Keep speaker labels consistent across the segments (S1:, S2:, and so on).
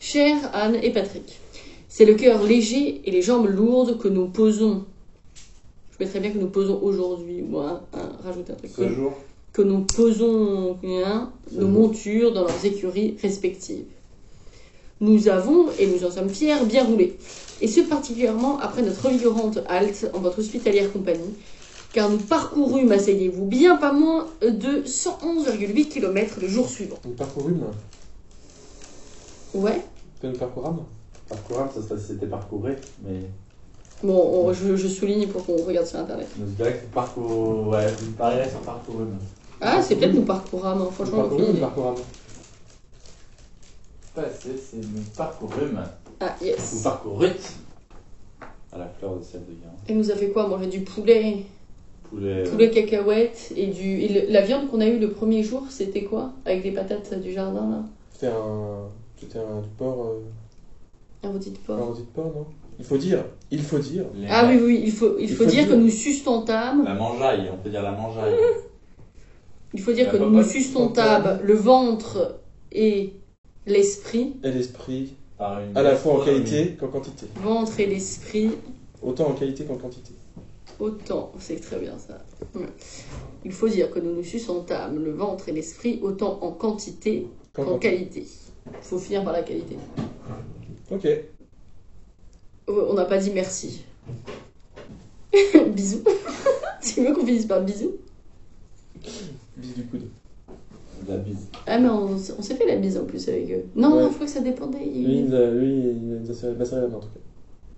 S1: Chère Anne et Patrick, c'est le cœur léger et les jambes lourdes que nous posons. Je mettrais bien que nous posons aujourd'hui, ou un- un- rajouter un truc.
S2: Ce jour,
S1: que nous posons hein, nos
S2: Mhm.
S1: montures dans leurs écuries respectives. Nous avons, et nous en sommes fiers, bien roulé. Et ce particulièrement après notre revigorante halte en votre hospitalière compagnie, car nous parcourûmes, asseyez-vous, bien pas moins de 111,8 km le jour suivant.
S3: Nous parcourûmes.
S1: Ouais
S3: Pas nous parcourâmes.
S2: parcourable, ça serait si c'était parcouru, mais
S1: Bon, on- je, je souligne pour qu'on regarde sur Internet.
S2: nous se dirait que parcours. Ouais, vous me parleriez sans parcouru.
S1: Ah, c'est peut-être nous parcourâmes, hein,
S3: Nous
S1: franchement.
S3: parcourûmes, nous parcourâmes.
S2: Passer, c'est nous parcourûmes.
S1: Ah,
S2: Vous
S1: yes.
S2: parcourûtes à la fleur de sel de gain.
S1: Et nous a fait quoi Manger du poulet
S2: Poulet.
S1: Poulet cacahuète et du et le- la viande qu'on a eue le premier jour, c'était quoi Avec des patates du jardin là,
S3: C'était un. C'était un du porc. euh,
S1: un rôti de
S3: un
S1: porc.
S3: rôti de porc, non Il faut dire. Il faut dire.
S2: Les-
S1: Ah oui oui, il faut il, faut, dire, que nous sustentâmes,
S2: La mangeaille, on peut dire la mangeaille.
S1: il faut dire
S2: La
S1: que
S2: papa
S1: nous
S2: qui
S1: sustentâmes le ventre et l'esprit,
S3: Et l'esprit,
S2: Par une
S3: à la fois en
S2: gastronomie.
S3: qualité qu'en quantité.
S1: ventre et l'esprit
S3: Autant en qualité qu'en quantité.
S1: autant, c'est très bien ça. Ouais. Il faut dire que nous nous sustentâmes le ventre et l'esprit autant en quantité
S3: Qu'en
S1: qu'en qualité. Faut finir par la qualité.
S3: Ok.
S1: Ouais, Euh, On n'a pas dit merci. bisous. tu veux qu'on finisse par bisous
S3: Bis du coude.
S2: La bise.
S1: Ah mais on, s- on s'est fait la bise en plus avec eux. Non,
S3: Ouais.
S1: je crois que ça dépendait. Il y a eu-
S3: Lui, il, euh, lui, il nous a serré- m'a serré la main en tout cas.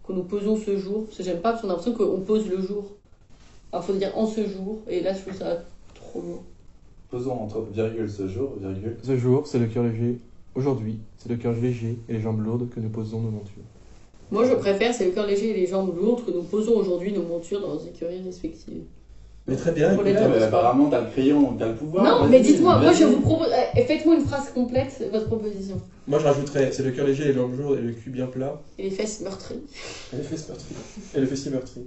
S1: Que nous posons ce jour, parce que j'aime pas, parce qu'on a l'impression qu'on pose le jour. Alors faut dire en ce jour, et là je trouve ça trop beau.
S2: Posons entre virgule ce jour, virgule.
S3: Ce jour, c'est le cœur léger. Aujourd'hui, c'est le cœur léger et les jambes lourdes que nous posons nos montures.
S1: Moi je préfère, c'est le cœur léger et les jambes lourdes que nous posons aujourd'hui nos montures dans nos écuries respectives.
S3: Mais très bien, euh,
S1: Pour les
S2: Ouais,
S1: écoute.
S2: mais apparemment, t'as le crayon, t'as le pouvoir.
S1: non,
S2: vas-y,
S1: mais dites-moi, moi je
S2: vas-y.
S1: vous propose, eh, faites-moi une phrase complète, votre proposition.
S3: Moi je rajouterais, c'est le cœur léger et les jambes lourdes et le cul bien plat.
S1: Et les fesses meurtries.
S3: Et les fesses meurtries. Et le fessier meurtri.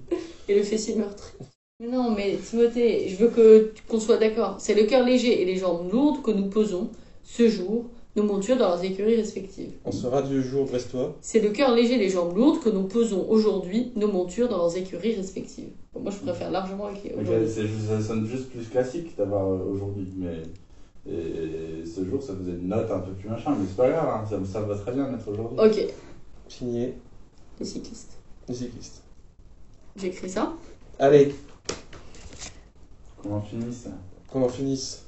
S1: Et le fessier meurtri. Mais non, mais Timothée, je veux que qu'on soit d'accord. C'est le cœur léger et les jambes lourdes que nous posons ce jour nos montures dans leurs écuries respectives.
S3: On sera du jour brestois.
S1: C'est le cœur léger et les jambes lourdes que nous posons aujourd'hui nos montures dans leurs écuries respectives. Bon, moi, je préfère largement avec les-
S2: Ok,
S1: aujourd'hui.
S2: c'est juste- ça sonne juste plus classique d'avoir euh, aujourd'hui, mais et ce jour ça faisait une note un peu plus machin, mais c'est pas grave, hein, ça, me- ça me va très bien mettre aujourd'hui.
S1: Ok,
S3: Signé
S1: les cyclistes.
S3: les cyclistes.
S1: J'écris ça.
S3: Allez,
S2: Comment on finit ça
S3: qu'on en finisse.